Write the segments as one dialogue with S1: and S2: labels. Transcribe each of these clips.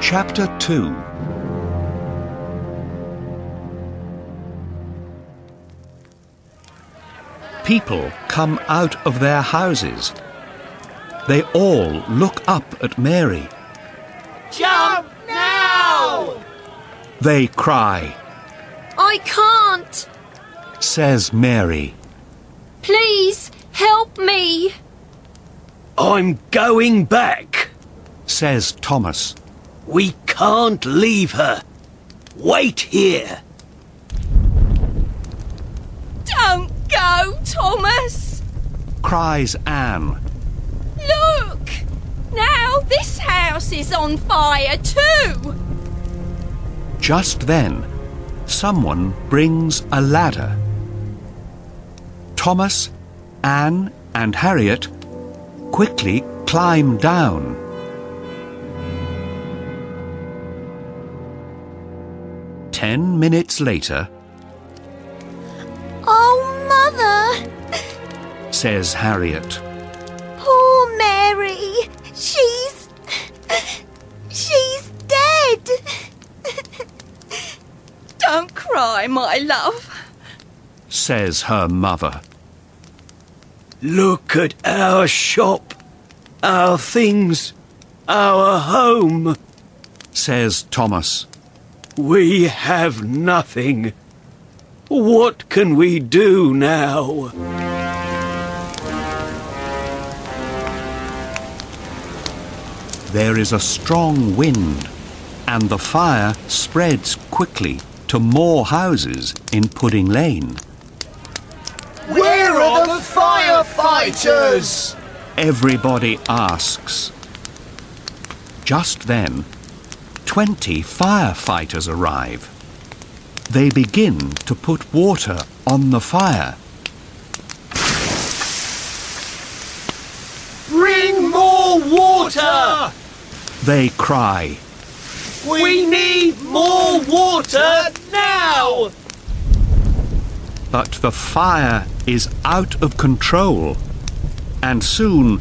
S1: Chapter 2 People come out of their houses. They all look up at Mary.
S2: Jump now!
S1: They cry,
S3: I can't.
S1: says Mary.
S3: Please help me.
S4: I'm going back.
S1: Says Thomas,
S4: We can't leave her. Wait here.
S3: Don't go, Thomas.
S1: cries Anne,
S3: Look. Now this house is on fire too.
S1: Just then, someone brings a ladder. Thomas, Anne, and Harriet quickly climb down. Ten minutes later,
S3: Oh, Mother.
S1: says Harriet,
S3: Poor Mary. She's. She's dead. Don't cry, my love.
S1: says her mother,
S4: Look at our shop, our things, our home.
S1: says Thomas,
S4: We have nothing. What can we do now?
S1: There is a strong wind, and the fire spreads quickly to more houses in Pudding Lane.
S2: Where are the firefighters?
S1: Everybody asks. Just then, 20 firefighters arrive. They begin to put water on the fire.
S2: Bring more water!
S1: They cry,
S2: We need more water now!
S1: but the fire is out of control. And soon,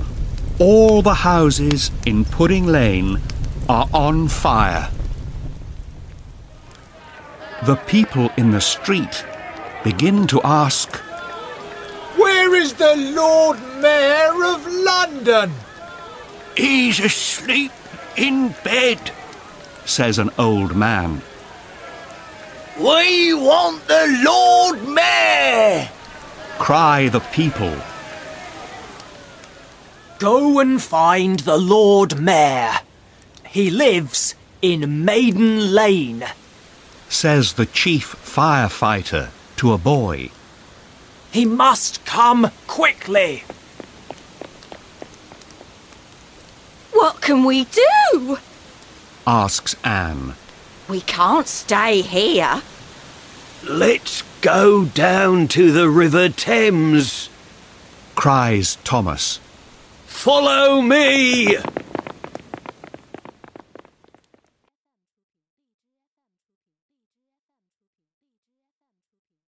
S1: all the houses in Pudding Lane are on fire. The people in the street begin to ask,
S2: Where is the Lord Mayor of London?
S1: He's asleep in bed, says an old man.
S4: We want the Lord Mayor!
S1: Cry the people,
S5: Go and find the Lord Mayor. He lives in Maiden Lane.
S1: says the chief firefighter to a boy.
S5: He must come quickly.
S3: What can we do?
S1: Asks Anne,
S3: We can't stay here.
S4: Let's go down to the River Thames.
S1: cries Thomas,
S4: Follow me!